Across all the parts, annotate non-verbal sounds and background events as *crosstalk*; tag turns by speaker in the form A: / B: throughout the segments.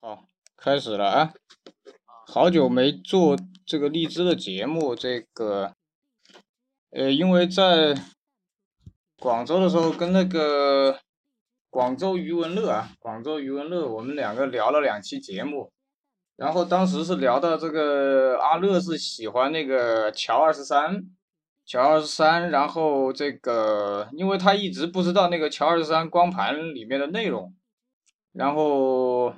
A: 好，开始了啊！好久没做这个荔枝的节目，这个，呃，因为在广州的时候跟那个广州余文乐啊，广州余文乐，我们两个聊了两期节目，然后当时是聊到这个阿乐是喜欢那个乔二十三，乔二十三，然后这个因为他一直不知道那个乔二十三光盘里面的内容，然后。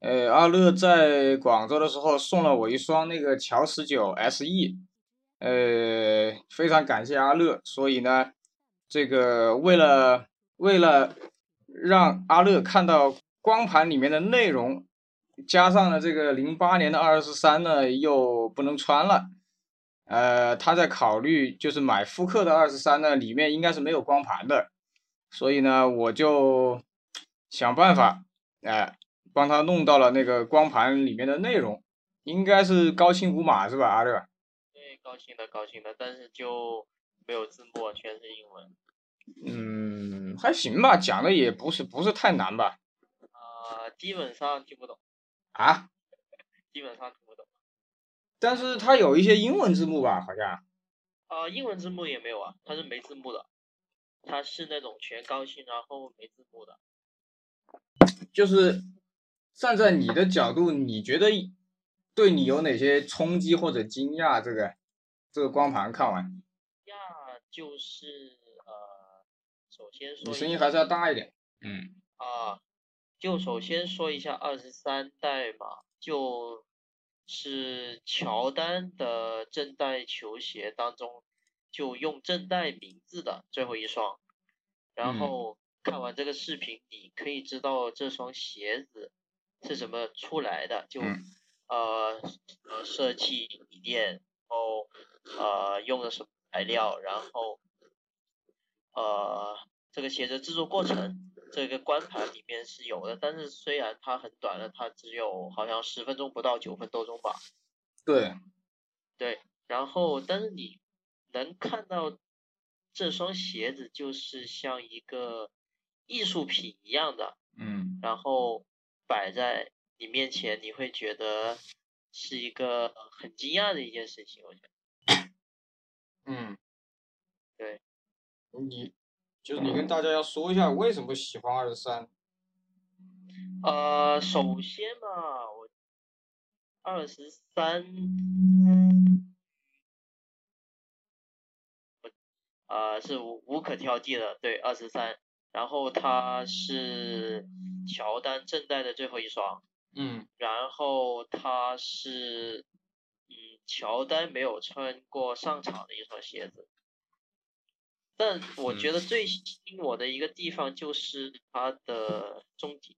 A: 呃，阿乐在广州的时候送了我一双那个乔十九 SE，呃，非常感谢阿乐。所以呢，这个为了为了让阿乐看到光盘里面的内容，加上了这个零八年的二十三呢又不能穿了，呃，他在考虑就是买复刻的二十三呢，里面应该是没有光盘的，所以呢，我就想办法，哎、帮他弄到了那个光盘里面的内容，应该是高清无码是吧，阿乐？
B: 对，高清的高清的，但是就没有字幕，啊全是英文。
A: 嗯，还行吧，讲的也不是不是太难吧？
B: 啊、基本上听不懂，
A: 啊，
B: 基本上听不懂。
A: 但是它有一些英文字幕吧，好像。
B: 啊、英文字幕也没有啊，它是没字幕的，它是那种全高清然后没字幕的。
A: 就是站在你的角度，你觉得对你有哪些冲击或者惊讶？这个这个光盘看完，
B: 呀，就是呃，首先说
A: 你
B: 一
A: 声音
B: 下
A: 还是要大一点。嗯，
B: 啊，就首先说一下二十三代嘛，就是乔丹的正代球鞋当中，就用正代名字的最后一双。然
A: 嗯
B: 后看完这个视频，你可以知道这双鞋子是怎么出来的，就、
A: 嗯
B: 呃呃设计理念，然后呃用了什么材料，然后呃这个鞋子制作过程，这个光盘里面是有的，但是虽然它很短了，它只有好像十分钟不到九分多钟吧，
A: 对，
B: 对，然后但是你能看到这双鞋子就是像一个艺术品一样的，
A: 嗯
B: 然后摆在你面前，你会觉得是一个很惊讶的一件事情。我觉得
A: 嗯，
B: 对，
A: 你就是你跟大家要说一下为什么喜欢二十三。，
B: 呃，首先嘛，我二十三，呃，是无无可挑剔的，对，二十三。然后它是乔丹正代的最后一双，
A: 嗯
B: 然后它是，嗯，乔丹没有穿过上场的一双鞋子，但我觉得最吸引我的一个地方就是它的中底，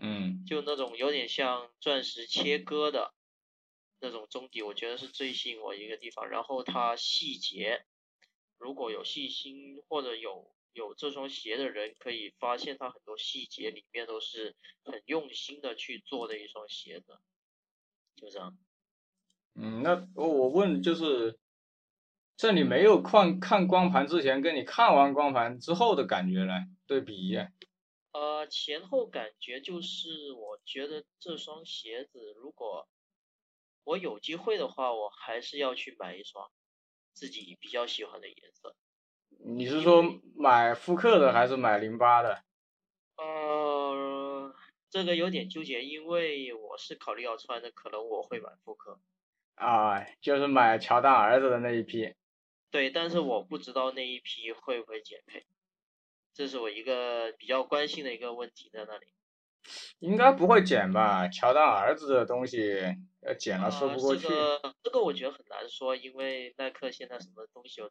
A: 嗯
B: 就那种有点像钻石切割的那种中底，我觉得是最吸引我一个地方。然后它细节，如果有细心或者有有这双鞋的人，可以发现它很多细节里面都是很用心的去做的一双鞋子，就这样。
A: 嗯，那我我问就是，在你没有看看光盘之前，跟你看完光盘之后的感觉呢？对比一下。
B: 呃，前后感觉就是，我觉得这双鞋子，如果我有机会的话，我还是要去买一双自己比较喜欢的颜色。
A: 你是说买复刻的还是买零八的？
B: 呃，这个有点纠结，因为我是考虑要穿的，可能我会买复刻。
A: 啊，就是买乔丹儿子的那一批。
B: 对，但是我不知道那一批会不会减配，这是我一个比较关心的一个问题在那里。
A: 应该不会减吧？乔丹儿子的东西，呃，减了说
B: 呃
A: 不过去
B: 这。个这个我觉得很难说，因为耐克现在什么东西有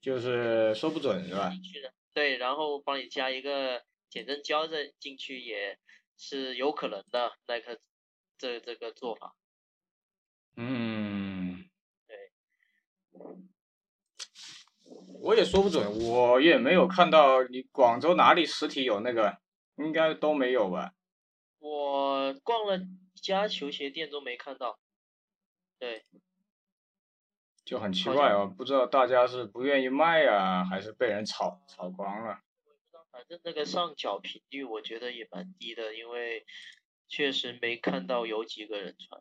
A: 就是说不准是吧？
B: 进去的，对，然后帮你加一个减震胶在进去也是有可能的，耐克这这个做法。
A: 嗯，
B: 对。
A: 我也说不准，我也没有看到你广州哪里实体有那个，应该都没有吧？
B: 我逛了一家球鞋店都没看到，对，
A: 就很奇
B: 好
A: 怪
B: 像
A: 啊哦，不知道大家是不愿意卖啊，还是被人炒炒光了？
B: 我也不知道反正那个上脚频率我觉得也蛮低的，因为确实没看到有几个人穿。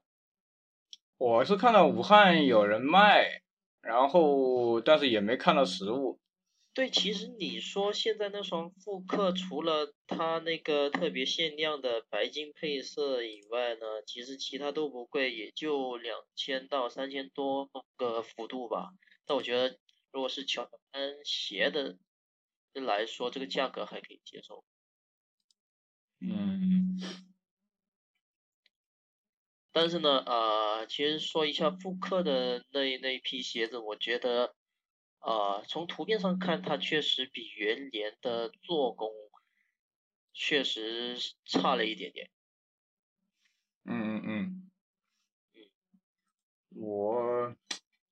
A: 我是看到武汉有人卖，然后但是也没看到实物。
B: 对，其实你说现在那双复刻，除了它那个特别限量的白金配色以外呢，其实其他都不贵，也就两千到三千多个幅度吧。但我觉得，如果是乔丹鞋的来说，这个价格还可以接受。
A: 嗯，
B: 但是呢，呃，其实说一下复刻的那那一批鞋子，我觉得，呃，从图片上看，它确实比原联的做工确实是差了一点点。
A: 嗯嗯嗯，我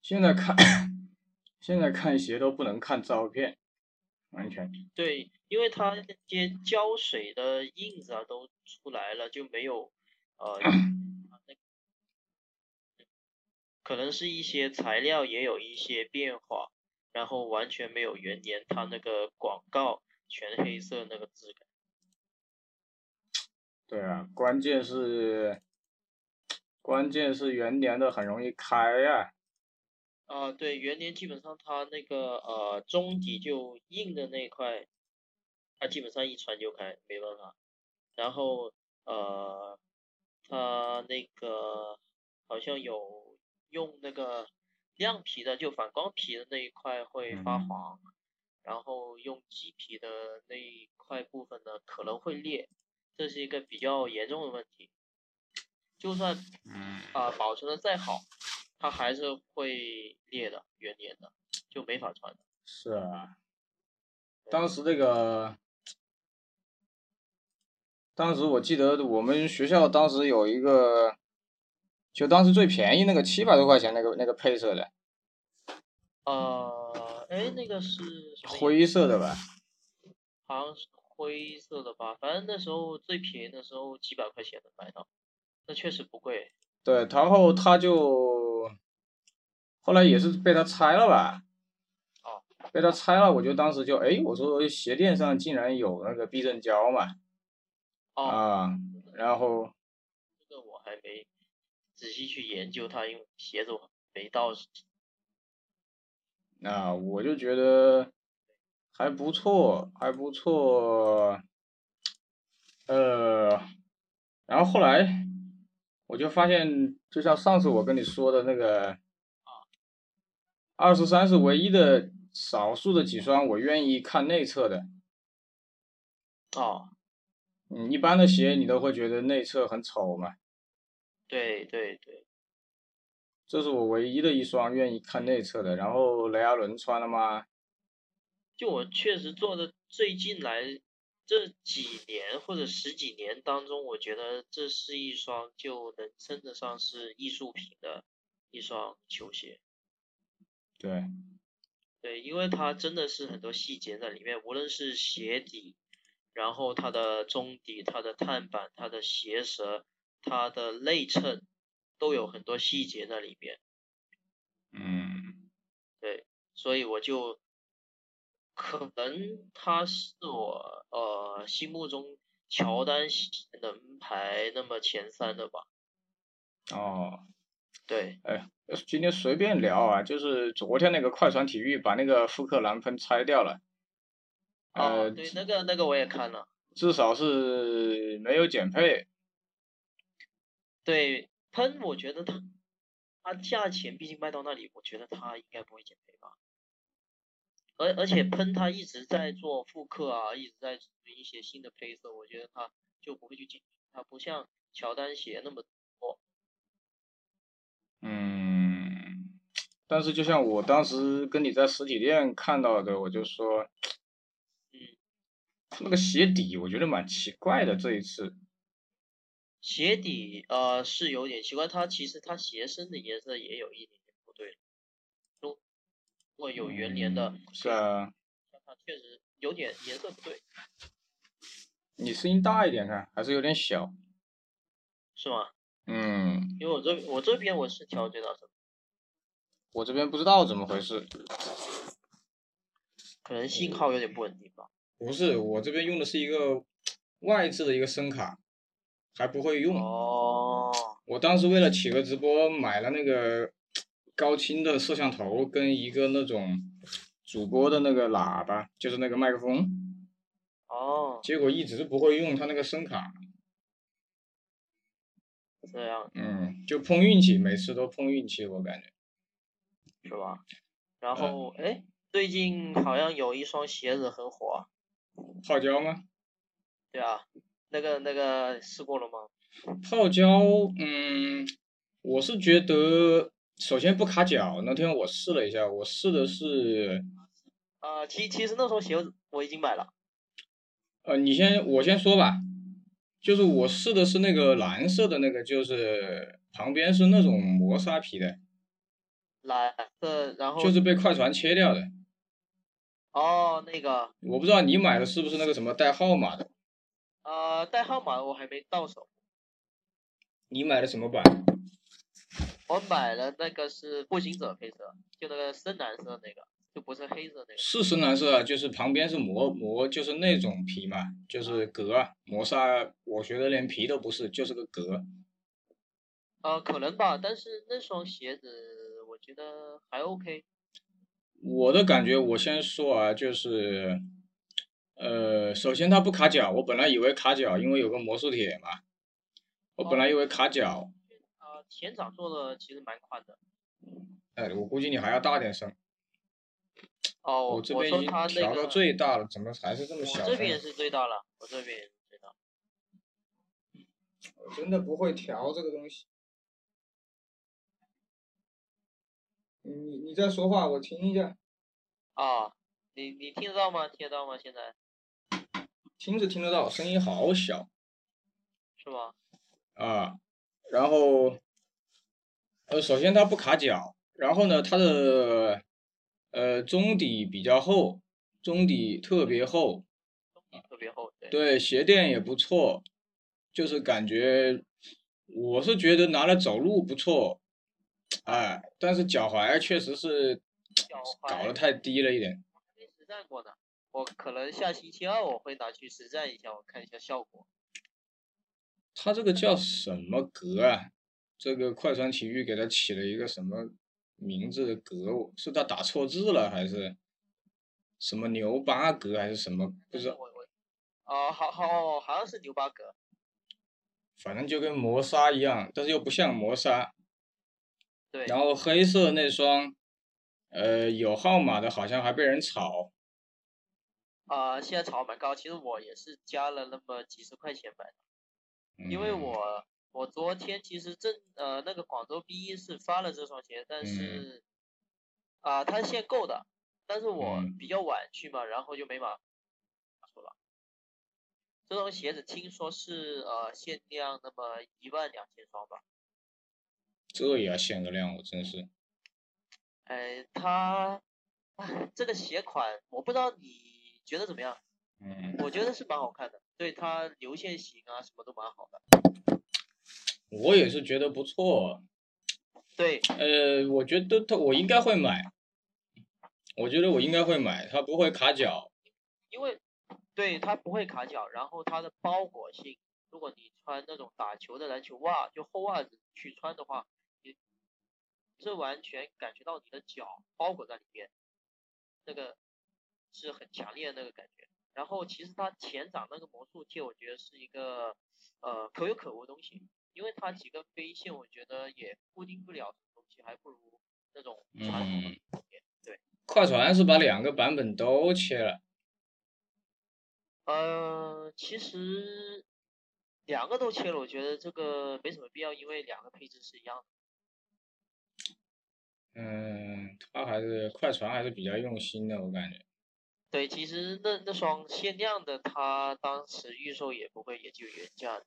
A: 现在看现在看鞋都不能看照片，完全。
B: 对，因为它那些胶水的印子啊都出来了，就没有呃 *clears throat* 那个可能是一些材料也有一些变化，然后完全没有原年它那个广告全黑色那个质感。
A: 对啊，关键是关键是元年的很容易开啊。
B: 啊、对，元年基本上它那个呃中底就硬的那一块，它基本上一穿就开，没办法。然后呃，它那个好像有用那个亮皮的，就反光皮的那一块会发
A: 嗯
B: 黄，然后用麂皮的那一块部分呢可能会裂，这是一个比较严重的问题。就算
A: 嗯，
B: 啊、保存的再好，它还是会裂的，圆裂的，就没法穿的。
A: 是啊，当时这个，当时我记得我们学校当时有一个，就当时最便宜那个七百多块钱那个那个配色的
B: 呃，哎，那个是什么颜
A: 灰色的吧，
B: 好像是灰色的吧，反正那时候最便宜的时候几百块钱能买到，那确实不贵。
A: 对，然后他就后来也是被他拆了吧，
B: 哦，
A: 被他拆了，我就当时就哎，我说鞋垫上竟然有那个避震胶嘛，
B: 哦，
A: 啊，然后
B: 这个我还没仔细去研究它，因为鞋子我没到。
A: 啊，我就觉得还不错，还不错。呃，然后后来我就发现，就像上次我跟你说的那个，二十三是唯一的少数的几双我愿意看内侧的。
B: 哦，
A: 嗯，一般的鞋你都会觉得内侧很丑嘛，
B: 对对对，
A: 这是我唯一的一双愿意看内侧的。然后雷阿伦穿了吗？
B: 就我确实做的最近来这几年或者十几年当中，我觉得这是一双就能称得上是艺术品的一双球鞋。
A: 对，
B: 对，因为它真的是很多细节在里面，无论是鞋底，然后它的中底、它的碳板、它的鞋舌、它的内衬，都有很多细节在里面。
A: 嗯。
B: 对，所以我就可能他是我呃心目中乔丹系能排那么前三的吧。
A: 哦。
B: 对，
A: 今天随便聊啊，就是昨天那个快船体育把那个富克兰喷拆掉了，
B: 啊，
A: 呃，
B: 对，那个那个我也看了，
A: 至少是没有减配。
B: 对，喷我觉得他他价钱毕竟卖到那里，我觉得他应该不会减肥吧。而而且喷他一直在做复刻啊，一直在做一些新的配色，我觉得他就不会去减，他不像乔丹鞋那么
A: 嗯，但是就像我当时跟你在实体店看到的，我就说，嗯那个鞋底我觉得蛮奇怪的，这一次，
B: 鞋底呃是有点奇怪，它其实它鞋身的颜色也有一点点不对。如果有圆联的，
A: 嗯是啊，
B: 它确实有点颜色不对，
A: 你声音大一点看，还是有点小，
B: 是吗？
A: 嗯，
B: 因为我这我这边我是调节到什么，
A: 我这边不知道怎么回事，
B: 可能信号有点不稳定吧。
A: 不是，我这边用的是一个外置的一个声卡，还不会用。
B: 哦，
A: 我当时为了企鹅直播买了那个高清的摄像头跟一个那种主播的那个喇叭，就是那个麦克风，
B: 哦，
A: 结果一直不会用它那个声卡，
B: 这样
A: 嗯，就碰运气，每次都碰运气，我感觉。
B: 是吧？
A: 嗯
B: 然后，哎，最近好像有一双鞋子很火，
A: 泡椒吗？
B: 对啊，那个那个试过了吗？
A: 泡椒，嗯，我是觉得首先不卡脚，那天我试了一下，我试的是，
B: 啊、其其实那双鞋子我已经买了，
A: 呃，你先我先说吧，就是我试的是那个蓝色的那个，就是旁边是那种磨砂皮的。
B: 蓝色，然后
A: 就是被快船切掉的。
B: 哦那个
A: 我不知道你买的是不是那个什么带号码的，
B: 呃代号码我还没到手，
A: 你买的什么版？
B: 我买了那个是步行者配色，就那个深蓝色那个，就不是黑色那个。
A: 是深蓝色啊，就是旁边是磨磨，就是那种皮嘛，就是革啊磨砂。我觉得连皮都不是，就是个革。
B: 呃，可能吧，但是那双鞋子我觉得还 OK。
A: 我的感觉，我先说啊，就是，呃，首先它不卡脚，我本来以为卡脚，因为有个魔术铁嘛，我本来以为卡脚，
B: 呃，前掌做的其实蛮宽的。
A: 哎，我估计你还要大点声，
B: 哦，
A: 我
B: 我
A: 这边
B: 说
A: 已经
B: 它那
A: 调
B: 个，
A: 到最大了，怎么还是这么
B: 我
A: 小
B: 这
A: 声？
B: 边也是最大了，我这边也是最大。
A: 我真的不会调这个东西。你你在说话，我听一下，
B: 啊，你你听得到吗？听得到吗？现在
A: 听着听得到，声音好小
B: 是吗？
A: 啊。然后，呃，首先它不卡脚，然后呢，它的呃中底比较厚，中底特别厚，
B: 特别厚，对。
A: 啊对，鞋垫也不错，就是感觉我是觉得拿来走路不错，哎，但是脚踝确实是
B: 脚
A: 搞
B: 踝
A: 得太低了一点。
B: 没实战过呢，我可能下星期二我会拿去实战一下，我看一下效果。
A: 它这个
B: 嗯
A: 叫什么格啊？这个快船体育给它起了一个什么名字的格？我是它打错字了还是什么牛八格还是什么？不知
B: 但
A: 道，
B: 我我啊，好好好像是牛巴格，
A: 反正就跟磨砂一样，但是又不像磨砂。
B: 对，
A: 然后黑色那双，呃，有号码的好像还被人炒，
B: 啊、现在炒蛮高，其实我也是加了那么几十块钱买的，因为
A: 嗯
B: 我我昨天其实正呃那个广州 B 一是发了这双鞋，
A: 嗯
B: 但是啊、它是限购的，但是我
A: 嗯
B: 比较晚去嘛，然后就没买，出了。这双鞋子听说是呃限量那么一万两千双吧。
A: 这也要限个量，我真是
B: 哎，它，哎，这个鞋款我不知道你觉得怎么样？
A: 嗯，
B: 我觉得是蛮好看的，对它流线型啊什么都蛮好的。
A: 我也是觉得不错。
B: 对，
A: 呃，我觉得它我应该会买，我觉得我应该会买，它不会卡脚。
B: 因为对它不会卡脚，然后它的包裹性，如果你穿那种打球的篮球袜，就厚袜子去穿的话，你是完全感觉到你的脚包裹在里面，那个是很强烈的那个感觉。然后其实它前掌那个魔术贴，我觉得是一个呃可有可无的东西，因为它几个飞线，我觉得也固定不了什么东西，还不如那种传统的
A: 嗯
B: 东西。
A: 快船是把两个版本都切了，
B: 呃，其实两个都切了，我觉得这个没什么必要，因为两个配置是一样的。
A: 嗯，他还是快船还是比较用心的，我感觉。
B: 对，其实那那双限量的，它当时预售也不会也就原价的，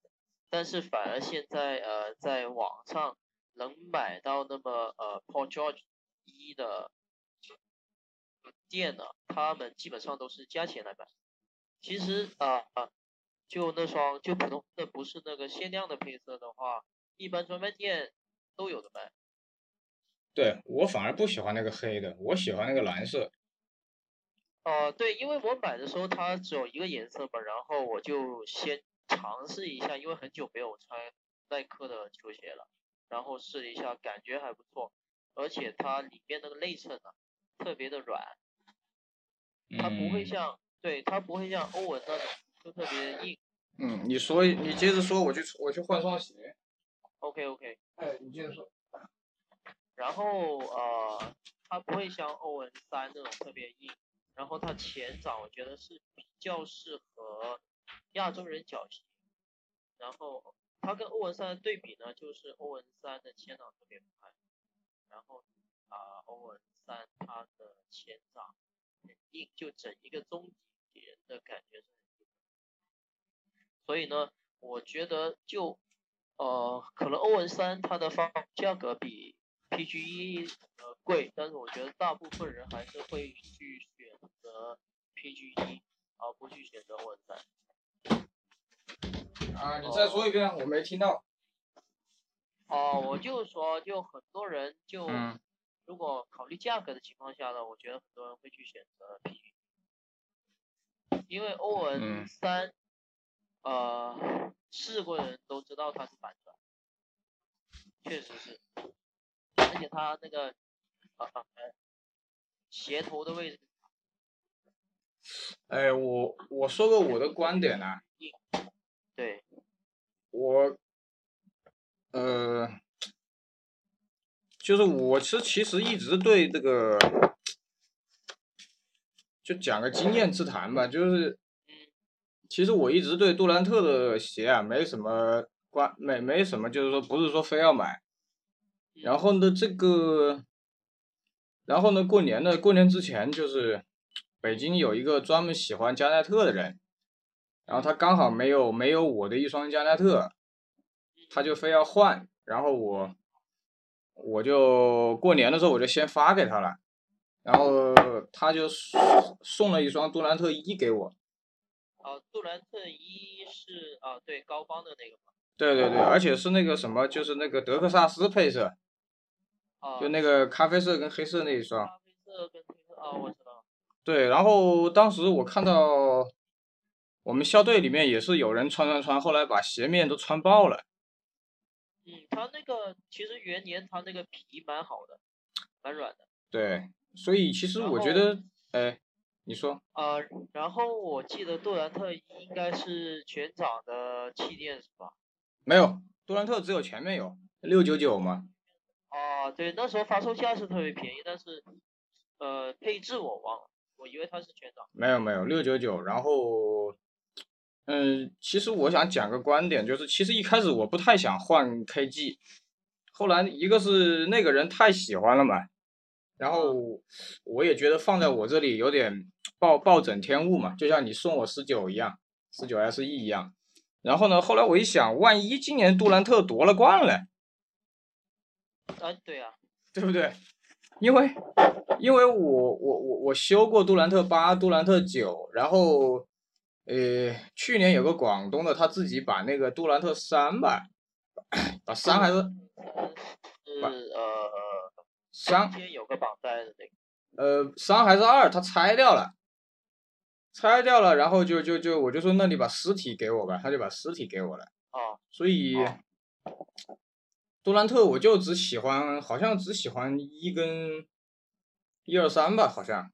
B: 但是反而现在呃，在网上能买到那么呃 Paul George 一的店呢，他们基本上都是加钱来买。其实啊、呃，就那双就普通的不是那个限量的配色的话，一般专卖店都有的卖。
A: 对我反而不喜欢那个黑的，我喜欢那个蓝色。
B: 呃，对，因为我买的时候它只有一个颜色嘛，然后我就先尝试一下，因为很久没有穿耐克的球鞋了，然后试了一下，感觉还不错，而且它里面那个内衬啊，特别的软，它不会
C: 嗯
B: 像，对，它不会像欧文那种就特别硬。
A: 嗯，你说你接着说，我去我去换双鞋。
B: OK OK，
A: 哎，你接着说。
B: 然后呃，它不会像欧文三那种特别硬，然后它前掌我觉得是比较适合亚洲人脚型，然后它跟欧文三的对比呢，就是欧文三的前掌特别宽，然后啊、欧文三它的前掌很硬，就整一个中底给人的感觉是很硬的，所以呢，我觉得就呃，可能欧文三它的方价格比 PG 一呃贵，但是我觉得大部分人还是会去选择 PG 一，而不去选择欧文三。
A: 啊，你再说一遍，我没听到。
B: 哦、我就说，就很多人就、
A: 嗯
B: 如果考虑价格的情况下呢，我觉得很多人会去选择 PG，因为欧文
A: 嗯
B: 三、呃试过的人都知道它是反转，确实是，而且它那个呃鞋头的位置
A: 哎，我我说个我的观点啊，
B: 对，
A: 我，呃，就是我其实其实一直对这个，就讲个经验之谈吧，就是，其实我一直对杜兰特的鞋啊没什么关，没没什么，就是说不是说非要买，然后呢这个，然后呢过年呢过年之前就是，北京有一个专门喜欢加奈特的人。然后他刚
B: 嗯
A: 好没有没有我的一双加奈特，他就非要换，然后我我就过年的时候我就先发给他了，然后他就送送了一双杜兰特一给我，
B: 啊、杜兰特一是啊、对高帮的那个嘛，
A: 对对对，而且是那个什么，就是那个德克萨斯配色，
B: 啊、
A: 就那个咖啡色跟黑色那一双，
B: 咖啡色跟黑色啊、我知道，
A: 对，然后当时我看到我们校队里面也是有人穿穿穿，后来把鞋面都穿爆了。
B: 嗯，它那个其实元年它那个皮蛮好的，蛮软的。
A: 对，所以其实
B: 然
A: 我觉
B: 后
A: 得，哎，你说，
B: 呃，然后我记得杜兰特应该是全场的气垫是吧？
A: 没有，杜兰特只有前面有六九九嘛，
B: 啊，对，那时候发售价是特别便宜，但是呃配置我忘了，我以为它是全场。
A: 没有没有六九九，然后，嗯，其实我想讲个观点，就是其实一开始我不太想换 KG，后来一个是那个人太喜欢了嘛，然后我也觉得放在我这里有点暴暴殄天物嘛，就像你送我十九一样，十九 SE 一样，然后呢，后来我一想，万一今年杜兰特夺了冠嘞，
B: 啊，对啊，
A: 对不对？因为因为我我我我修过杜兰特八、杜兰特九，然后呃，去年有个广东的他自己把那个杜兰特三吧，把三还是
B: 是
A: 吧
B: 呃
A: 三
B: 今天有个绑带的那个。
A: 呃三还是二，他拆掉了，拆掉了，然后就就就我就说那你把实体给我吧，他就把实体给我了，
B: 啊，
A: 所以。
B: 哦
A: 杜兰特我就只喜欢，好像只喜欢一跟一二三吧，好像。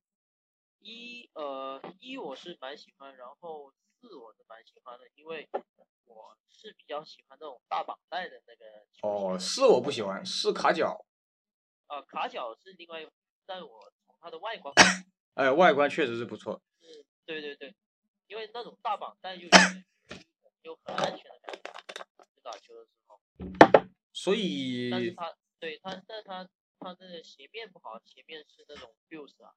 B: 一呃一我是蛮喜欢，然后四我是蛮喜欢的，因为我是比较喜欢那种大绑带的那个球
A: 哦，
B: 鞋
A: 四我不喜欢，四卡脚，
B: 啊、卡脚是另外一回事，但我从它的外
A: *laughs*
B: 观，
A: 哎，外观确实是不错。
B: 对对对，因为那种大绑带就有点有很安全的感觉，就打球的时候，
A: 所
B: 但是
A: 以，
B: 它对它，但它它那个鞋面不好，鞋面是那种 fuse 啊，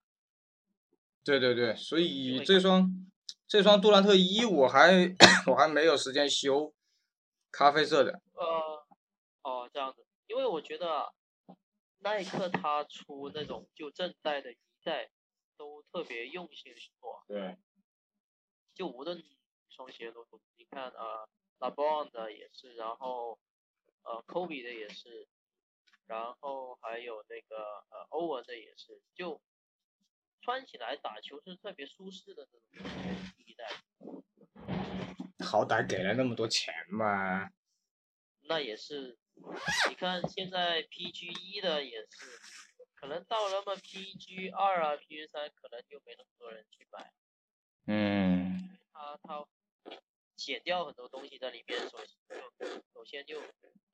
A: 对对对，所以
B: 会
A: 这
B: 看
A: 双这双杜兰特一我还我还没有时间修，咖啡色的，
B: 呃，哦，这样子，因为我觉得啊耐克它出那种就正代的一代都特别用心去做，
A: 对，
B: 就无论双鞋都做，你看啊、呃、，LeBron 的也是，然后呃，Kobe 的也是，然后还有那个呃，欧文的也是，就穿起来打球是特别舒适的那种第一代，
A: 好歹给了那么多钱嘛，
B: 那也是，你看现在 PG 一的也是，可能到了么 PG 二啊 PG 三可能就没那么多人去买，
A: 嗯，
B: 它它减掉很多东西在里面，首先就首先就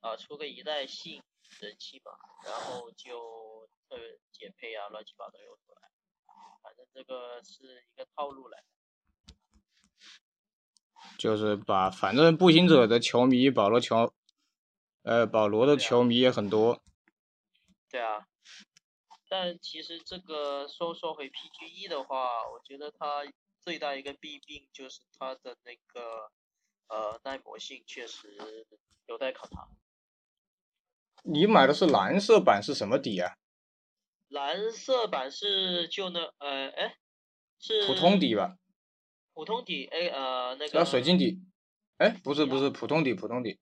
B: 啊、出个一代吸引人气嘛，然后就特别减配啊乱七八糟又出来，反正这个是一个套路来的。
A: 就是把反正步行者的球迷，保罗球，呃，保罗的
B: 对啊
A: 球迷也很多，
B: 对啊，但其实这个说说回 PG 一的话，我觉得它最大一个弊病就是它的那个呃耐磨性确实有待考察。
A: 你买的是蓝色版是什么底啊？
B: 蓝色版是就那呃哎是
A: 普通底吧？
B: 普通底哎呃那
A: 啊，
B: 个
A: 水晶底？哎，不是
B: 一
A: 不
B: 样
A: 是，普通底普通底。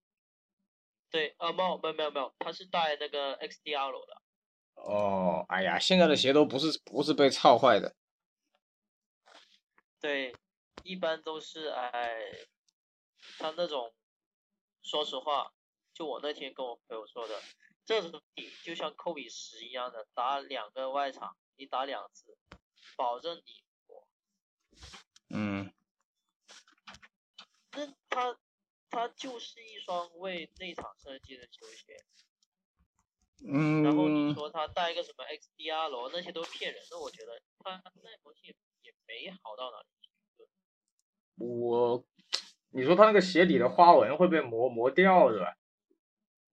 B: 对呃没有没有没有没有，它是带那个 XDR 的，
A: 哦，哎呀，现在的鞋都不是不是被操坏的，
B: 对，一般都是哎它那种说实话，就我那天跟我朋友说的，这种底就像扣比十一样的，打两个外场，你打两次，保证你过。
A: 嗯，
B: 那它它就是一双为内场设计的球鞋，
A: 嗯，
B: 然后你说它带一个什么 XDR 罗那些都骗人的，我觉得它耐磨性也没好到哪里去。
A: 我，你说它那个鞋底的花纹会被磨磨掉是吧？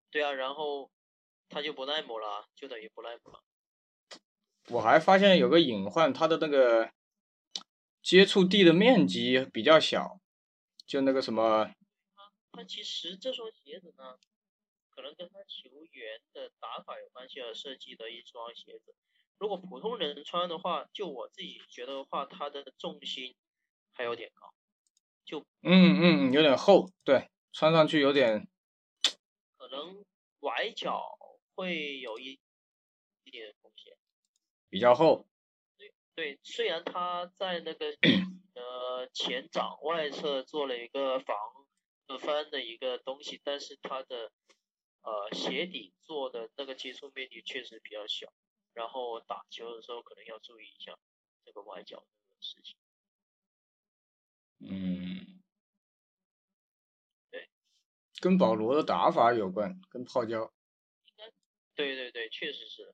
B: 对啊，然后它就不耐磨了啊，就等于不耐磨了。
A: 我还发现有个隐患，它的那个接触地的面积比较小，就那个什么，
B: 但其实这双鞋子呢，可能跟他球员的打法有关系而设计的一双鞋子。如果普通人穿的话，就我自己觉得的话，它的重心还有点高，
A: 嗯嗯，嗯有点厚，对，穿上去有点，
B: 可能崴脚会有一一点风险。
A: 比较厚，
B: 对，虽然他在那个呃前掌外侧做了一个防呃翻的一个东西，但是它的呃鞋底做的那个接触面积确实比较小，然后打球的时候可能要注意一下这个崴脚的事情。
A: 嗯，
B: 对，
A: 跟保罗的打法有关，跟泡椒。
B: 对对对，确实是的。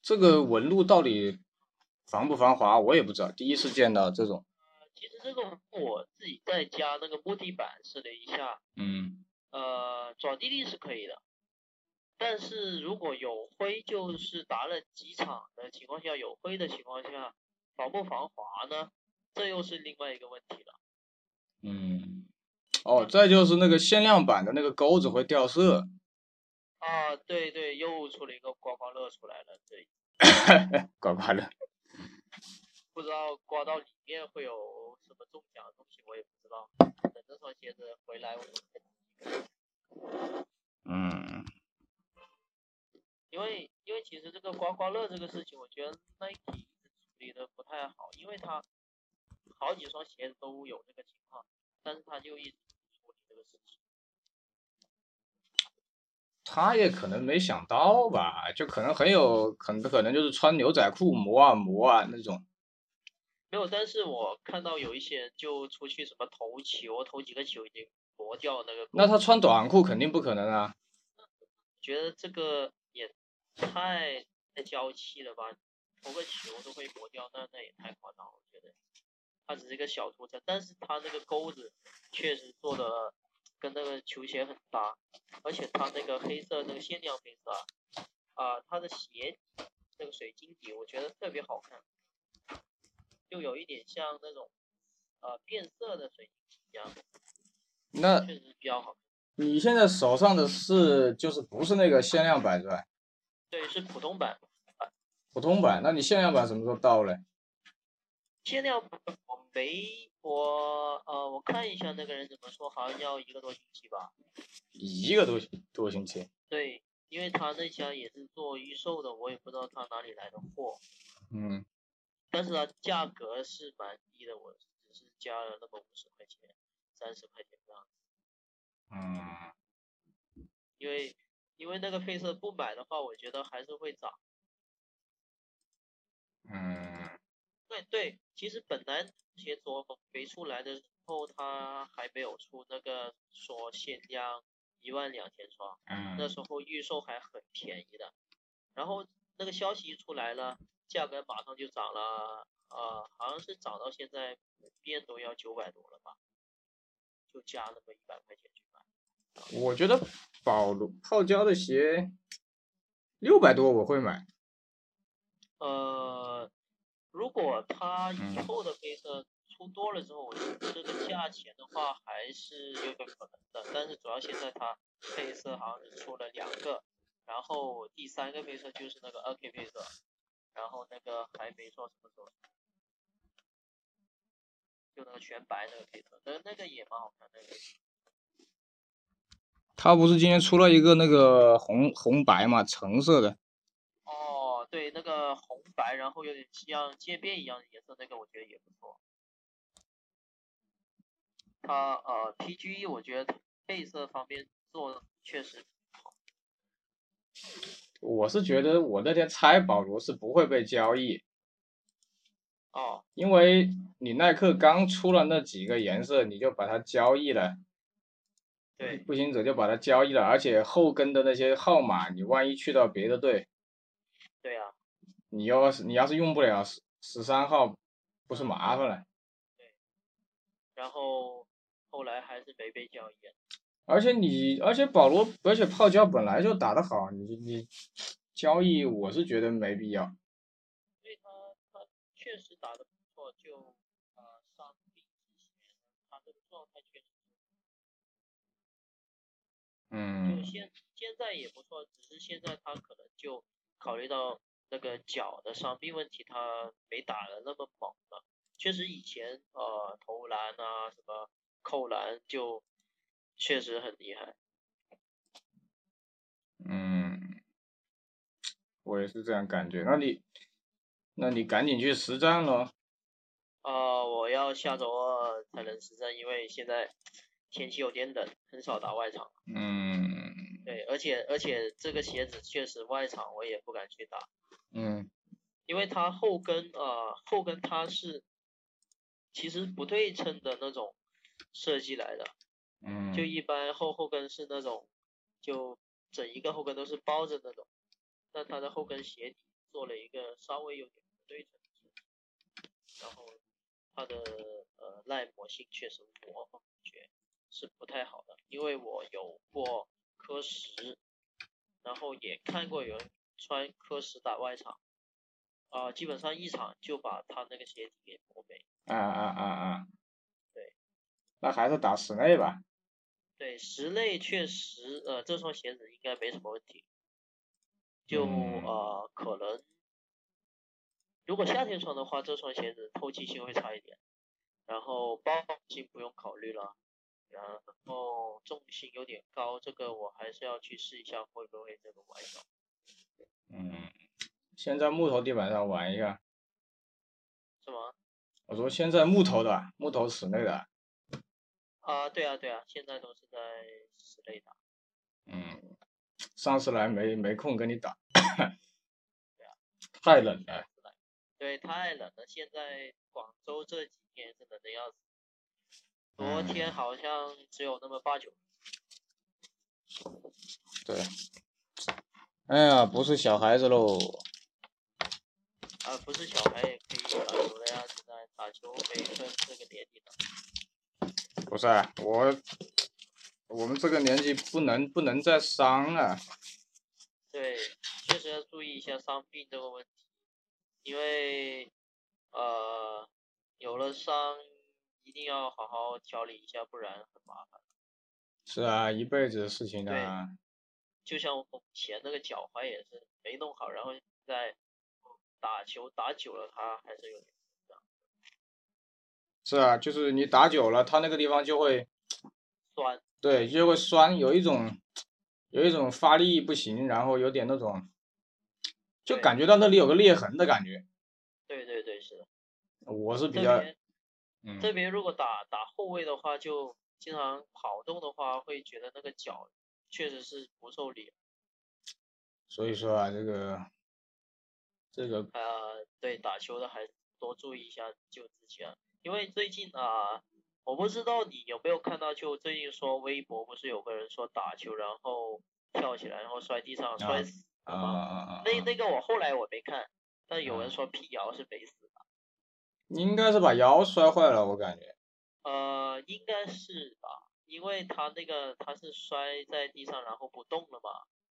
A: 这个纹路到底防不防滑，我也不知道，第一次见到这种。
B: 呃其实这个我自己在家那个木地板试了一下，
A: 嗯，
B: 呃，转地力是可以的，但是如果有灰，就是打了几场的情况下有灰的情况下，防不防滑呢？这又是另外一个问题了。
A: 嗯，哦，再就是那个限量版的那个钩子会掉色， *laughs*
B: 啊，对对，又出了一个刮刮乐出来了，对，
A: 刮刮乐。
B: 不知道刮到里面会有什么中奖的东西，我也不知道。等这双鞋子回来，我
A: 嗯，
B: 因为因为其实这个刮刮乐这个事情，我觉得 Nike 一直处理的不太好，因为它好几双鞋子都有这个情况，但是他就一直不处理这个事情。
A: 他也可能没想到吧，就可能很有，很可能就是穿牛仔裤磨啊磨啊那种。
B: 没有，但是我看到有一些人就出去什么投球，投几个球已经磨掉那个钩，
A: 那他穿短裤肯定不可能啊。
B: 觉得这个也太太娇气了吧？投个球都会磨掉，那那也太夸张了，我觉得。它只是一个小涂层，但是它那个钩子确实做的跟那个球鞋很搭，而且它那个黑色那个限量黑色啊，啊、它的鞋底那个水晶底，我觉得特别好看，就有一点像那种呃变色的水晶一样，
A: 那
B: 确实比较好看。
A: 你现在手上的是就是不是那个限量版是吧？
B: 对，是普通版，
A: 普通版，那你限量版什么时候到嘞？
B: 限量版我没我呃我看一下那个人怎么说，好像要一个多星期吧。
A: 一个多多星期。
B: 对，因为他那家也是做预售的，我也不知道他哪里来的货，
A: 嗯，
B: 但是它价格是蛮低的，我只是加了那么五十块钱、三十块钱这样子，
A: 嗯，
B: 因为因为那个配色不买的话，我觉得还是会涨。
A: 嗯，
B: 对对，其实本来鞋佐没出来的时候，它还没有出那个说限量一万两千双，那
A: 嗯，
B: 时候预售还很便宜的。然后那个消息一出来了，价格马上就涨了，呃，好像是涨到现在普遍都要九百多了吧，就加那么一百块钱去买。
A: 我觉得保罗泡椒的鞋六百多我会买，
B: 呃，如果它以
A: 嗯
B: 后的配色出多了之后，我觉得这个价钱的话还是有点可能的。但是主要现在它配色好像是出了两个，然后第三个配色就是那个二 K 配色，然后那个还没说什么时候出，就那个全白那个配色，但是那个也蛮好看，那个
A: 他不是今天出了一个那个红红白嘛，橙色的，
B: 哦，对，那个红白，然后有点像渐变一样的颜色，那个我觉得也不错。它呃，PGE 我觉得配色方面做得确实，
A: 我是觉得我那天猜保罗是不会被交易，
B: 哦
A: 因为你耐克刚出了那几个颜色，你就把它交易了，
B: 对
A: 步行者就把它交易了，而且后跟的那些号码，你万一去到别的队，
B: 对啊，
A: 你要是你要是用不了十十三号，不是麻烦了。
B: 然后后来还是没被交易。
A: 而且你，而且保罗，而且泡椒本来就打得好，你你交易我是觉得没必要。
B: 所以他他确实打得不错，就呃伤病之前他这个状态确实就
A: 嗯
B: 现现在也不错，只是现在他可能就考虑到那个脚的伤病问题，他没打的那么猛了。确实以前呃投篮啊什么扣篮就确实很厉害。
A: 嗯，我也是这样感觉。那你，那你赶紧去实战咯。
B: 呃，我要下周二才能实战，因为现在天气有点冷，很少打外场。
A: 嗯
B: 对，而且而且这个鞋子确实外场我也不敢去打，
A: 嗯
B: 因为它后跟呃后跟它是其实不对称的那种设计来的，
A: 嗯，
B: 就一般后后跟是那种就整一个后跟都是包着那种，但它的后跟鞋底做了一个稍微有点不对称的设计，然后它的呃耐磨性确实我感觉是不太好的，因为我有过科十，然后也看过有人穿科十打外场，啊、基本上一场就把他那个鞋底给磨没。
A: 啊啊啊啊！
B: 对，
A: 那还是打室内吧。
B: 对，室内确实，呃，这双鞋子应该没什么问题。就
A: 嗯
B: 呃，可能如果夏天穿的话，这双鞋子透气性会差一点，然后包覆性不用考虑了，然后重心有点高，这个我还是要去试一下会不会这个崴脚。
A: 嗯，先在木头地板上玩一下。
B: 是吗？
A: 我说先在木头的，木头室内的。
B: 啊，对啊，对啊，现在都是在室内打。
A: 嗯，上次来没没空跟你打，太冷了。
B: 对，太冷了。现在广州这几天是冷的要死，昨
A: 嗯
B: 天好像只有那么八九
A: 对。哎呀，不是小孩子喽。
B: 啊，不是小孩也可以打球的呀，现在打球没分这个年龄的。
A: 不是啊，我我们这个年纪不能不能再伤啊。
B: 对，确实要注意一下伤病这个问题，因为呃有了伤一定要好好调理一下，不然很麻烦。
A: 是啊，一辈子的事情
B: 对
A: 啊。
B: 就像我以前那个脚踝也是没弄好，然后在打球打久了，它还是有点。
A: 是啊，就是你打久了，它那个地方就会
B: 酸，
A: 对，就会酸，有一种有一种发力不行，然后有点那种，就
B: 对
A: 感觉到那里有个裂痕的感觉。
B: 对对对，是的。
A: 我是
B: 特
A: 比较
B: 别
A: 嗯
B: 特别如果打打后卫的话，就经常跑动的话，会觉得那个脚确实是不受力。
A: 所以说啊，这个这个
B: 呃，对，打球的还是多注意一下就自己啊，因为最近啊，我不知道你有没有看到，就最近说微博不是有个人说打球然后跳起来然后摔地上摔死
A: 啊
B: 了
A: 啊
B: 吗？
A: 啊啊，
B: 那
A: 啊
B: 那个我后来我没看，但有
A: 啊
B: 人说辟谣是没死的。
A: 应该是
B: 嗯
A: 把腰摔坏了，我感觉。
B: 呃，应该是吧，因为他那个他是摔在地上然后不动了嘛，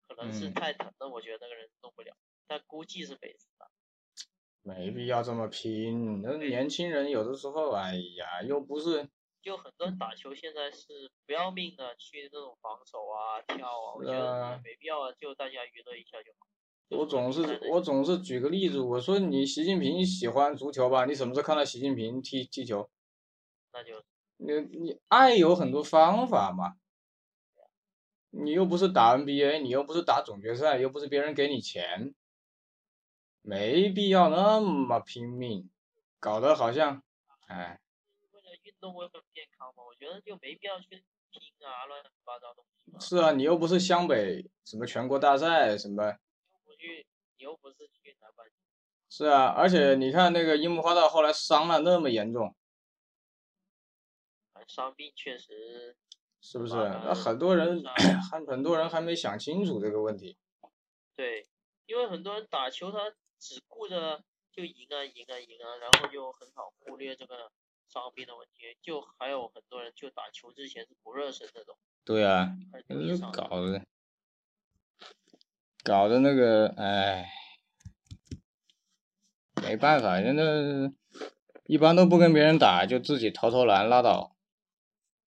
B: 可能是
A: 嗯
B: 太疼了，我觉得那个人动不了，但估计是没死的。
A: 没必要这么拼，那
B: 嗯对
A: 年轻人有的时候，哎呀，又不是
B: 就很多人打球现在是不要命的去那种防守啊、跳啊，我
A: 是
B: 觉得
A: 啊
B: 也没必要啊，就大家娱乐一下就好。
A: 我总
B: 就是是
A: 我总是举个例
B: 嗯
A: 子，我说你习近平喜欢足球吧，你什么时候看到习近平踢踢球？
B: 那就
A: 你你爱有很多方法嘛，你又不是打 NBA，你又不是打总决赛，又不是别人给你钱，没必要那么拼命，搞得好像，哎，
B: 为了运动为了健康嘛，我觉得就没必要去拼啊，乱七八糟东西嘛。
A: 是啊，你又不是湘北什么全国大赛什么。
B: 又不去，你又不是去拿冠军，
A: 是啊，而且你看那个樱木花道后来伤了那么严重，
B: 啊伤病确实
A: 是不是？
B: 啊
A: 那很多人
B: 伤
A: 还 *clears throat* 很多人还没想清楚这个问题。
B: 对，因为很多人打球他只顾着就赢啊赢啊赢啊，然后就很少忽略这个伤病的问题。就还有很多人就打球之前是不热身那种，
A: 对啊，
B: 还容易
A: 就
B: 伤的。
A: 搞的，搞的那个，哎，没办法，人家一般都不跟别人打，就自己投投篮拉倒。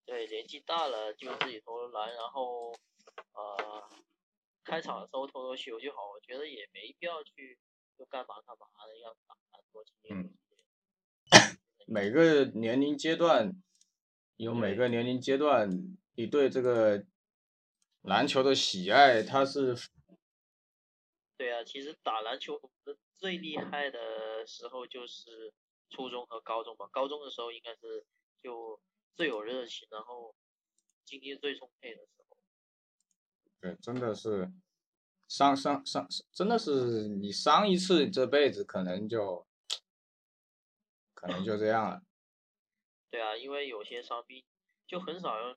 B: 对，年纪大了就自己投篮，然后呃，开场的时候投投球就好，我觉得也没必要去就干嘛干嘛的要打篮多激烈。
A: 嗯
B: *laughs*
A: 每个年龄阶段有每
B: 对
A: 个年龄阶段你对这个篮球的喜爱，它是
B: 对啊，其实打篮球呃最厉害的时候就是初中和高中吧。高中的时候应该是就最有热情，然后精力最充沛的时候。
A: 对，呃真的是伤伤伤，真的是你伤一次，这辈子可能就可能就这样了。
B: 对啊，因为有些伤病就很少人，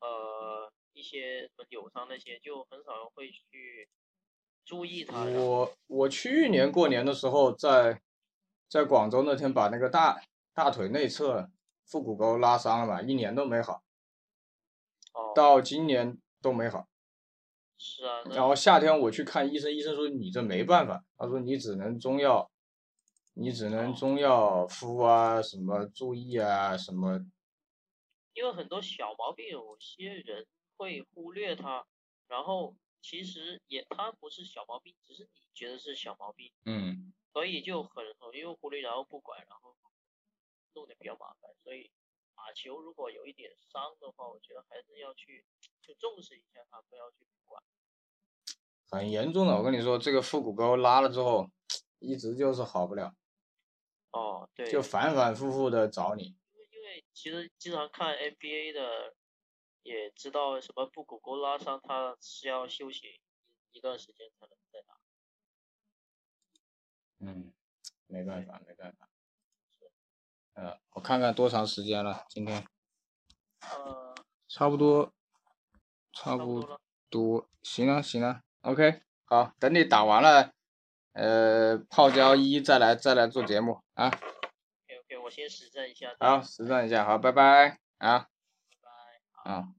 B: 呃，一些什么扭伤那些就很少人会去注意它。然后
A: 我我去年过年的时候在在广州那天把那个大大腿内侧腹股沟拉伤了嘛，一年都没好，
B: 哦，
A: 到今年都没好。
B: 是啊，那
A: 然后夏天我去看医生，医生说你这没办法，他说你只能中药，你只能
B: 哦
A: 中药敷啊，什么注意啊，什么
B: 因为很多小毛病，有些人会忽略它，然后其实也它不是小毛病，只是你觉得是小毛病。
A: 嗯。
B: 所以就很容易忽略，然后不管，然后弄得比较麻烦。所以打球如果有一点伤的话，我觉得还是要去就重视一下它，不要去不管。
A: 很严重的，我跟你说，这个腹股沟拉了之后，一直就是好不了，
B: 哦，对，
A: 就反反复复的找你。
B: 因为因为其实经常看 NBA 的，也知道什么布谷沟拉伤，他是要休息一一段时间才能再打。
A: 嗯，没办法，没办法。呃，我看看多长时间了，今天
B: 呃，
A: 差不多，差
B: 差不
A: 不
B: 多了。
A: 多，行啊，行啊，OK，好，等你打完了，呃，泡椒一再来再来做节目啊。
B: OK OK，我先实战一下。
A: 好，实战一下，好，拜拜啊
B: 拜拜。
A: 啊。